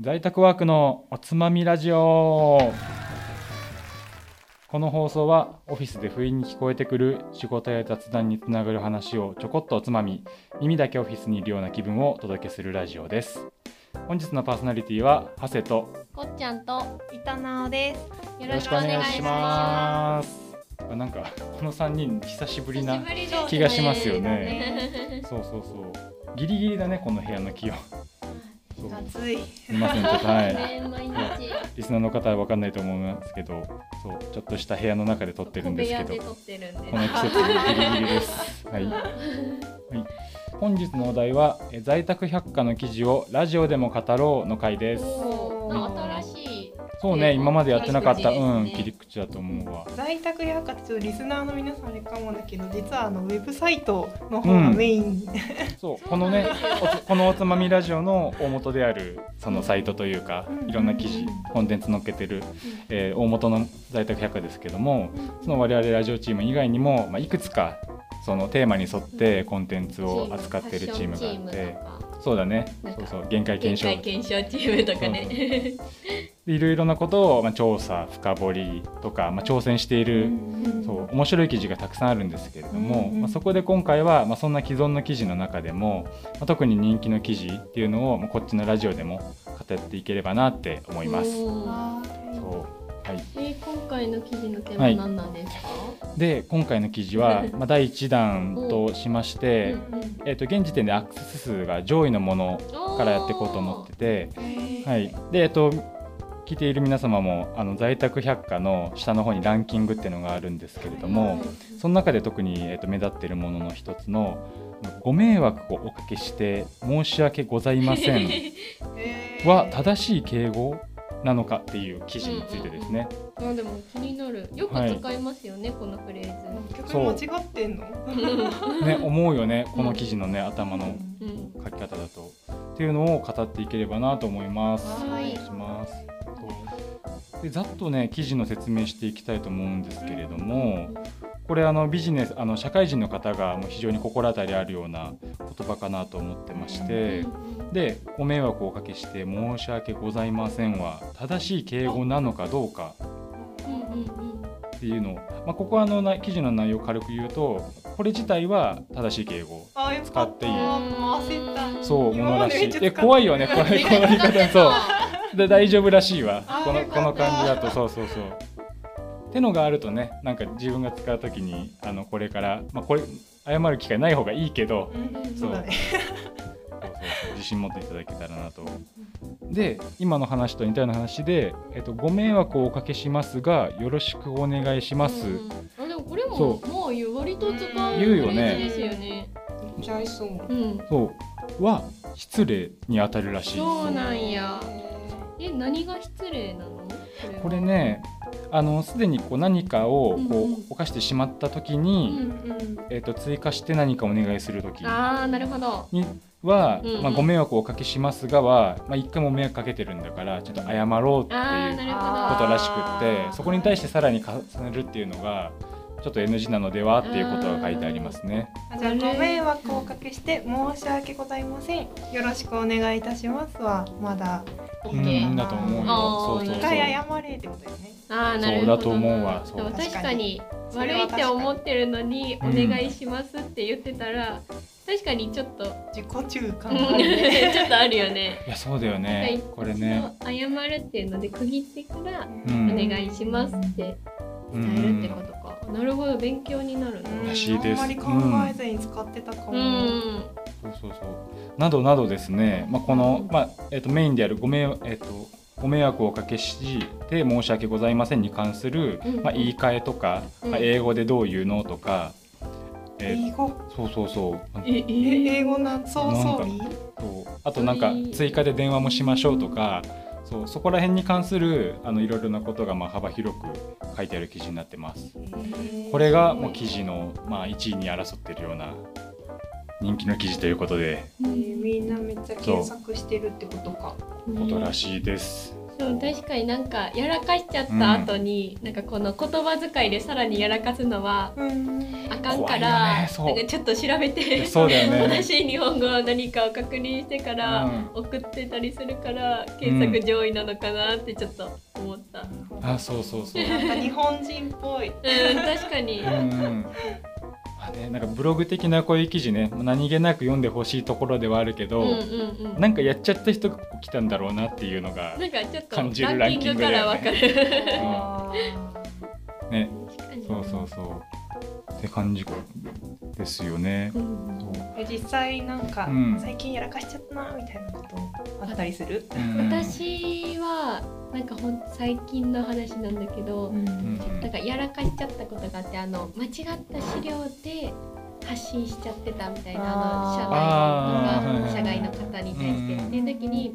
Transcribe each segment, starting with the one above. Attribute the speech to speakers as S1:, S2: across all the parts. S1: 在宅ワークのおつまみラジオこの放送はオフィスで不意に聞こえてくる仕事や雑談につながる話をちょこっとおつまみ耳だけオフィスにいるような気分をお届けするラジオです本日のパーソナリティはハセと
S2: こっちゃんと
S3: 板直です。
S2: よ
S1: よろしくお願いしますなんかこの3人久しぶりな
S2: り
S3: な
S1: 気がしますよ
S3: ね。
S1: そうそうそうギリギリだねこの部屋の気温 そう
S3: 暑い。
S1: すいませんちょっとはい
S2: ね毎日
S1: リスナーの方は分かんないと思うんですけどそうちょっとした部屋の中で撮ってるんですけ
S2: 小部屋で
S1: ど
S2: 撮ってるんで
S1: この季節ギリギリ です。はい、はい、本日のお題は「え在宅百科の記事をラジオでも語ろう」の回です。
S2: おー新しい
S1: そうね今までやってなかった、
S2: 切り口です
S1: う
S2: ね
S1: ん切り口だと思うわ。
S3: 在宅やかつリスナーの皆さんあれかもだけど、実はあのウェブサイトの方がメイン。
S1: そうこのねおつこのおつまみラジオの大元であるそのサイトというか
S3: うん
S1: いろんな記事コンテンツ載っけてる、えー大元の在宅百科ですけどもその我々ラジオチーム以外にも、まあ、いくつかそのテーマに沿ってコンテンツを扱ってるチームがあって
S2: ファッションチームとか
S1: そうだね
S2: なん
S1: そ
S2: か
S1: うそう限界検証
S2: 限界検証チームとかね
S1: でいろいろなことを、まあ、調査深掘りとか、まあ、挑戦している、そう面白い記事がたくさんあるんですけれども、
S3: うんうん
S1: まあ、そこで今回は、まあ、そんな既存の記事の中でも、まあ、特に人気の記事っていうのを、まあ、こっちのラジオでも語っていければなって思います。そ
S2: お
S1: う
S2: ー
S1: はい、
S2: えー今回の記事のテーマは何なんですか
S1: で今回の記事 は、まあ、第1弾としまして、
S2: うんうん
S1: えー、と現時点でアクセス数が上位のものからやっていこうと思ってて。
S3: は。
S1: はいい、で、えっと、聞いている皆様もあの在宅百科の下の方にランキングっていうのがあるんですけれどもその中で特に、えっと、目立っているものの一つの「ご迷惑をおかけして申し訳ございません
S3: え」ー
S1: は正しい敬語なのかっていう記事についてですね。
S2: あでも気になるよく使いますよねこのフレー
S3: 逆
S1: そう
S3: に間違ってんの？
S1: ね思うよねこの記事のね頭
S3: う
S1: の
S3: ん
S2: ズうん
S1: 書き方だと。っていうのを語っていければなと思います。
S2: はい
S1: お願いしますそうでざっとね記事の説明していきたいと思うんですけれども、これあのビジネスあの社会人の方がもう非常に心当たりあるような言葉かなと思ってまして、で「ご迷惑をおかけして申し訳ございません」は正しい敬語なのかどうか
S2: うんうんうん
S1: っていうのを、まあ、ここはあのな記事の内容を軽く言うとこれ自体は正しい敬語。
S3: あー、よか
S1: 使っ
S3: ってた。
S1: いい
S3: もう焦った。
S1: そうも
S3: 今
S1: の
S3: ま
S1: ら
S3: で
S1: し
S3: めっ
S1: い
S3: ちゃ使って
S1: え怖いよねこ れこの言い方そうで大丈夫らしいわ
S3: あー
S1: この
S3: よかっ
S1: こ
S3: た
S1: の感じだとそうそうそうってのがあるとねなんか自分が使う時にあのこれから、まあ、これ謝る機会ない方がいいけど
S3: うん
S1: そ
S3: そううだ ね。
S1: そうそうそう自信持っていただけたらなとで今の話と似たような話で、えっと「ご迷惑をおかけしますがよろしくお願いします」
S2: うんうんあでもこれも
S1: そ
S2: もう言う割と使う
S1: 言うよね
S2: フレーズですよね。
S3: めっちゃ合いそう。
S2: うん。
S1: そうは失礼に当たるらしい
S2: そうなんや。
S3: え
S2: え何が失礼なの？
S1: これ。ねあのすでにこう何かをこ
S2: うんうん
S1: う犯してしまった時
S2: う。
S1: に、
S3: ーうんん
S1: えっと追加して何かお願いする時
S2: ああなるほど。
S1: には、
S2: うんうん
S1: まあ、ご迷惑をおかけしますがは、まあ、一回も迷惑かけてるんだからちょっと謝ろうって
S2: ああ
S1: い
S2: な
S1: う
S2: る
S1: こ
S2: ほ
S1: と
S2: ど。
S1: らしくっ
S3: あ
S1: て
S3: ー
S1: そこに対してさらに重ねるっていうのがちょっと NG なのではっていうことが書いてありますね。
S3: あじゃあご迷惑をおかけして申し訳ございません。よろしくお願いいたしますはまだ
S2: オ
S1: う
S2: ッケー
S1: んだと思う
S2: あー
S1: よ。そうそうそ
S3: 一
S1: う
S3: 回謝れってことだよね。
S2: ああな
S1: そ
S2: るほ
S1: う
S2: ど。
S1: だと思うわそう
S2: でも確かに
S3: 確か
S2: 悪
S3: に
S2: いって思ってるのにお
S1: うん
S2: 願いしますって言ってたら確かにちょっと
S3: 自己中
S2: う
S3: 感
S2: ん
S3: があるね。
S2: ちょっとあるよね。
S1: いやそうだよねこれね。
S2: その謝るっていうので区切ってから
S1: う
S2: お
S1: ん
S2: 願いしますって
S1: うんう
S2: 伝えるってこ
S1: ん
S2: とか。なるほど勉強になるな。
S1: らしいです
S3: あんまり考えずに使ってたかも。
S2: うん。
S1: そうそうそうなどなどですね、まあ、この、まあえっとメインであるご迷,、えっとご迷惑をおかけして申し訳ございませんに関する
S2: うん、
S1: まあ、言い換えとか、
S2: うん
S1: まあ、英語でどう言うのとか、えー
S3: 英語、
S1: そうそうそう
S2: え
S3: え英
S2: え
S3: 語なんそうそうり。
S1: そうあとなんか追加で電話もしましょうとかそうそこら辺に関するあのいろいろなことがまあ幅広く書いてある記事になってます。これがもう記事の、まあ、1位に争ってるような人気の記事ということで
S3: えーみんなめっちゃ検索してるってことか。
S1: ことら
S2: い。
S1: しいです。
S2: そそう確かになんかやらかしちゃった後に、なんかこの言葉遣いでさらにやらかすのは
S3: うん
S2: あかんか
S1: 怖い
S2: ら、
S1: よねそう
S2: なんかちょっと調べて
S1: そうだよね
S2: 正しい日本語は何かを確認してから、
S1: うん
S2: 送ってたりするから検索上位なのかなってちょっと思った、うん、
S1: あそうそうそう
S3: なんか日本人っぽい。
S2: 確かに、
S1: うんうんまあね、なんかブログ的なこういう記事ね何気なく読んでほしいところではあるけど、
S2: うんうんうん
S1: なんかやっちゃった人が来たんだろうなっていうのが、
S2: なんかちょっとラ
S1: 感じるラン
S2: ン
S1: キ
S2: キ
S1: ン
S2: ン
S1: グ
S2: グ
S1: だよね
S2: からわかる。
S3: あ
S1: ね、
S2: 確かに
S1: そうそうそうって感じですよね。
S2: うん
S1: そう
S3: ー実際なんか、
S1: うん
S3: 最近やらかしちゃったなみたいなことあったりする？
S1: うん
S2: 私はなんかほん最近の話なんだけど、
S3: ん
S1: うんうん
S2: なんかやらかしちゃったことがあってあの間違った資料で発信しちゃってたみたいな
S1: あ
S2: あ
S1: ー
S2: の
S1: あー
S2: 社外とか社外の方に対して
S1: う
S2: っ
S1: ん
S2: ていう時に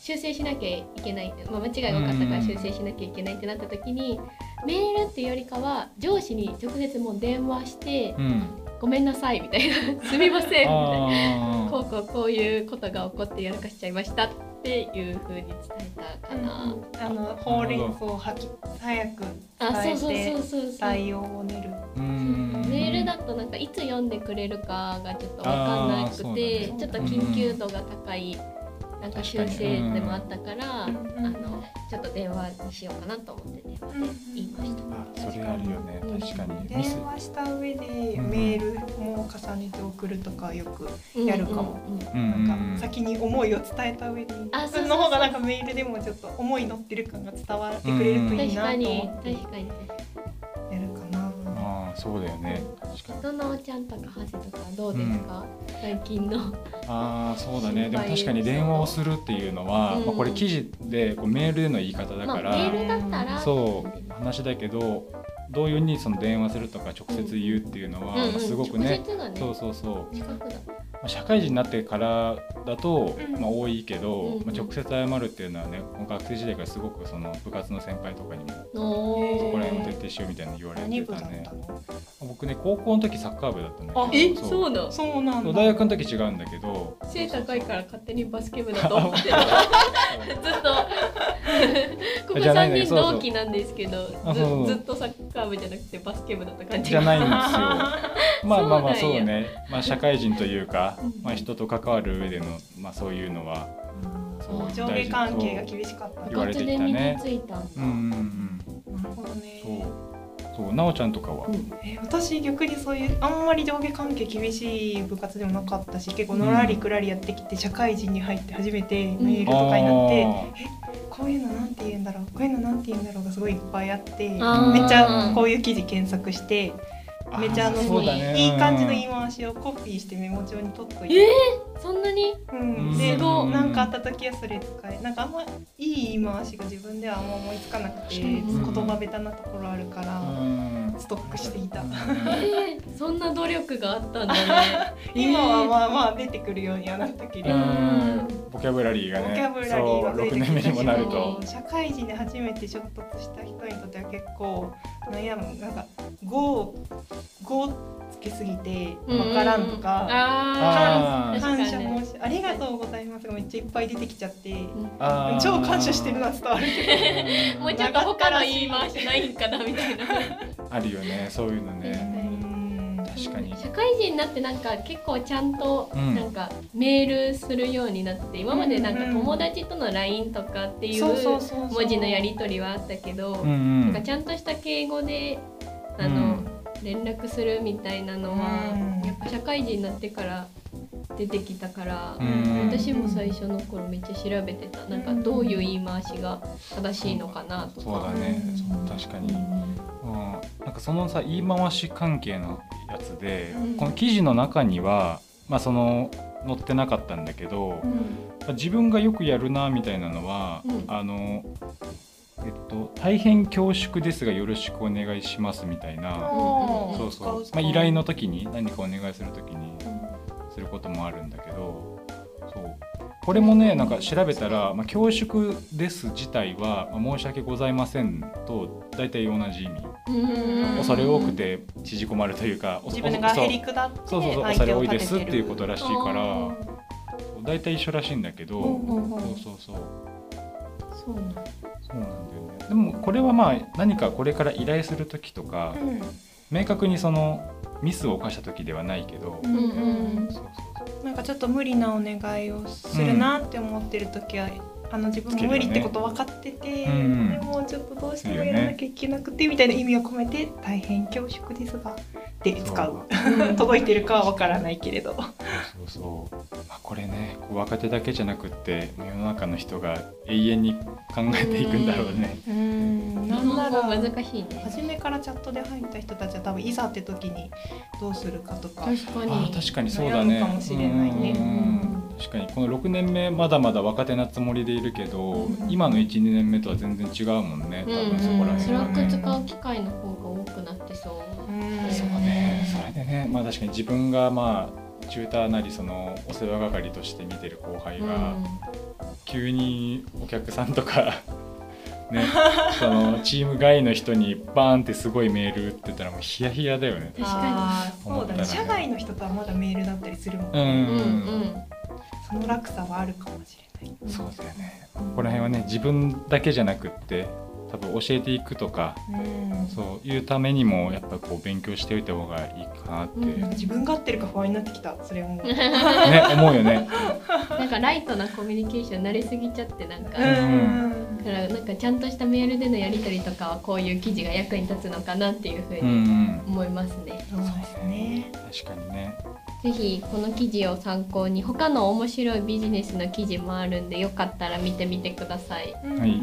S2: 修正しなきゃいけない、まあ、間違いが多かったから修正しなきゃいけないってなった時にメールっていうよりかは上司に直接もう電話して
S1: うん、
S2: 「ごめんなさい」みたい な「すみません」みたいな。
S1: あ
S2: こうこうこういうことが起こってやらかしちゃいましたっていう風に伝えたかな。
S3: あのほうれん草をはき早く
S2: あ、そうそうそ
S3: 伝え
S2: う
S3: て
S2: そうそう。
S3: 対応を練る。
S1: ーう
S2: メールだ
S1: と
S2: となんかいつ読んでくれるかがちょっとわかんなくて、
S3: あーそうだね
S2: ちょっと緊急度が高いなんか修正でもあったから、あ
S3: 確かにうん
S2: のちょっと電話にしようかなと思って電話で言いました。
S1: あそれあるよね
S2: うん
S1: 確かにミス
S3: 電話した上でメールも重ねて送るとかよく、やるかも
S2: うんうんうん。
S1: うんうん
S3: なんか先に思いを伝えた上で、
S2: あそうそうそう
S3: の方がなんかメールでもちょっと思い乗ってる感が伝わってくれるとい
S2: 確
S3: いな
S2: か
S3: と
S2: に
S3: 思ってや
S2: 確かに確かに。
S3: るかな。
S1: ああそうだよね確かに
S2: どのおちゃんとかハセとかどうですか、最近の。
S1: ああそうだねでも
S2: 心配
S1: 確かに電話をするっていうのは、
S2: うん
S1: まあ、これ記事でこうメールでの言い方だか
S2: まあ
S1: ら、
S2: メールだったら。
S1: そう話だけど同様にその電話するとか直接言うっていうのは、
S2: うんうん
S1: まあすごくね
S2: 直接がね
S1: そうそうそう
S2: 近くだ
S1: まあ社会人になってからだと、
S3: うん
S1: まあ、多いけど、
S2: うんうん
S1: まあ、直接謝るっていうのはねもう学生時代からすごくその部活の先輩とかにも
S2: お
S1: そ
S2: ー
S1: こら辺を徹底しようみたいなの言われ
S3: 何
S1: て
S3: 部だ
S1: た
S3: った
S1: ね
S3: の？
S1: 僕ね高校の時サッカー部だったんだけど
S3: あ
S2: え、
S1: そう
S2: そうなの。
S3: そうなんだ。
S1: 大学の時違うんだけど
S2: 背高いから勝手にバスケ部だ
S1: そう
S2: と
S1: そう
S2: 思ってずっと ここ
S1: じゃない
S2: 3
S1: のよ
S2: 人
S1: そうそう
S2: 同期なんですけどず
S1: あそう
S2: ずっとサッカー部じゃなくてバスケ部だった感じ
S1: じゃないんですよまあまあまあ
S2: そ
S1: そう
S2: なんや
S1: うね、まあ、社会人というか
S2: うん、
S1: まあ、人と関わる上での、まあ、そういうのはそう
S3: 上下関係が厳しかった。
S1: 言われてきたね
S2: 部活で身についたんだ
S1: うんうんうん
S3: なるほどね。
S1: そうそうなおちゃんとかは、
S2: うん
S3: えー私逆にそういうあんまり上下関係厳しい部活でもなかったし結構のらりくらりやってきて社会人に入って初めてメールとかになって、こういうのなんて言うんだろうこういうのなんて言うんだろうがすごいいっぱいあってめっち
S2: あー
S3: ゃこういう記事検索して
S1: あー
S3: めちゃあの
S1: ーそうだね
S3: いい感じの言い
S1: うん
S3: 回しをコピーしてメモ帳に取っとい
S2: え
S3: て、
S2: ー、そんなに
S3: うん、
S2: う
S3: で
S2: んすごい
S3: なんかあった時はそれ使えなんかあんまいい言い回しが自分ではあんま思いつかなくて言
S1: うん
S3: 葉下手なところあるから。
S1: うん
S3: ストックしていた
S1: うん
S2: えー、そんな努力があったんだね
S3: 今はまあまあ出てくるようにはなったけど、
S1: う
S3: ボ
S1: んボキャブラリーがね
S3: キャブラリーが
S1: そう
S3: 増えて
S1: 6
S3: きた
S1: 年目にもなると
S3: 社会人で初めて衝突した人にとっては結構悩むなんか「語語つけすぎて
S2: うん
S3: わからん」とか
S1: あ
S2: あ
S3: 「
S1: ー
S3: 感謝
S2: 確か
S3: 申しありがとうございます」がめっちゃいっぱい出てきちゃって
S1: あー
S3: 超感謝してるな伝わるけ
S2: ーもうちょっと他の言い回しないんかなみたいな
S1: あるよねそういうの
S3: ど、
S1: ね確かに
S2: 社会人になってなんか結構ちゃんと
S1: うん
S2: なんかメールするようになって今までなんか友達との LINE とかっていう
S3: そうそう
S2: 文
S3: そうそう
S2: 字のやり取りはあったけど
S1: うんう
S2: なん
S1: ん
S2: かちゃんとした敬語であの連絡するみたいなのは
S3: うん
S2: やっぱ社会人になってから出てきたから
S1: うんうん
S2: 私も最初の頃めっちゃ調べてたなんかどういう言い回しが正しいのかなと
S1: そう
S2: か
S1: だ。ねそう確かに、うん、なんかそのさ言い回し関係のやつで、
S3: うん
S1: この記事の中にはまあその載ってなかったんだけど、
S3: うん
S1: 自分がよくやるなみたいなのは、
S2: うん
S1: あのえっと大変恐縮ですがよろしくお願いしますみたいな、
S2: うん
S1: そう
S3: 使
S1: そう
S3: 使
S1: まあ、依頼の時に何かお願いする時にすることもあるんだけどそうこれもねなんか調べたら、まあ、恐縮です自体は、まあ申し訳ございませんと大体同じ意味、
S3: うん
S1: 恐れ多くて縮こまるというかお
S3: 自分が
S1: そう
S3: へりくだって
S1: そうそうそう
S3: 相
S1: 恐
S3: 手
S1: れ
S3: を
S1: 多い
S3: 立
S1: で
S3: て
S1: す
S3: て
S1: っ
S3: る
S1: ていうことらしいから
S3: あー
S1: 大体一緒らしいんだけど、
S3: うんうんうん
S1: そうそうそう
S2: そうなんだ
S1: そうなんだよねでもこれはまあ何かこれから依頼する時とか、
S3: うん
S1: 明確にそのミスを犯した時ではないけど、
S3: うん
S2: うん
S1: そうそうそう
S3: なんかちょっと無理なお願いをするなって思ってる時は、あの自分も無理ってこと分かってて、
S1: うん
S3: でもちょっとどうしてもやらなきゃいけなくてみたいな意味を込めて「大変恐縮ですが」で使う届いてるかは分からないけれど
S1: そうそうそう、まあ、これねこう若手だけじゃなくって世の中の人が永遠に考えていくんだろうね。
S3: うん
S2: 日
S3: な
S2: 本
S3: んな
S2: 語
S3: ら
S2: 難しいね
S3: 初めからチャットで入った人たちは多分いざって時にどうするかとか
S2: 確か
S1: あ
S2: に
S1: ー確かにそうだね
S3: 悩むかもしれないね
S1: うん確かにこの6年目まだまだ若手なつもりでいるけど、
S3: うん
S1: 今の12年目とは全然違うもんね多
S2: うん
S1: 分そこら
S2: ス
S1: 辺
S2: ラ
S1: は
S2: ック
S1: ね。
S2: 使う機会の方が多くなってそう
S1: そうねそれでねまあ確かに自分がまあチューターなりそのお世話係として見てる後輩
S2: う
S1: が
S2: ん
S1: 急にお客さんとか ねそのチーム外の人にバーンってすごいメール打ってたらもうヒヤヒヤだよね。
S2: 確か
S3: あーそうだね社外の人とはまだメールだったりするもん
S1: う
S3: ね、
S2: にうん
S1: ん
S3: その落差はあるかもしれない、
S2: うん
S1: そうだよねこの辺はね自分だけじゃなくって多分教えていくとか
S3: うん
S1: そういうためにもやっぱこう勉強しておいた方がいいかなって、
S2: うん
S3: なんか自分が合ってるか不安になってきたそれも
S1: ね思うよね。
S2: なんかライトなコミュニケーション慣れすぎちゃってなんか、
S3: う
S2: だ
S3: ん
S2: からなんかちゃんとしたメールでのやり取りとかはこういう記事が役に立つのかなっていうふう
S1: うん
S2: に
S1: うん
S2: 思いますね。
S3: そうですね
S1: 確かにね。
S2: ぜひこの記事を参考に他の面白いビジネスの記事もあるんでよかったら見てみてください。
S1: はい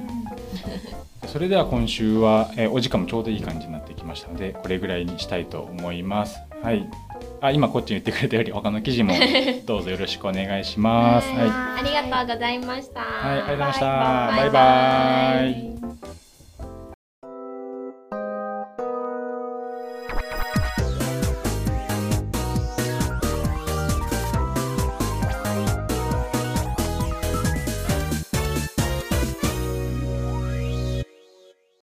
S1: それでは今週は、えーお時間もちょうどいい感じになってきましたのでこれぐらいにしたいと思います。はい、あ今こっちに言ってくれたより他の記事もどうぞよろしくお願い します。はい、はい、
S2: ありがとうございました。
S1: ありがとうございました。
S2: バ
S1: バ
S2: イ
S1: イ
S2: バ
S1: バ
S2: イ
S1: イ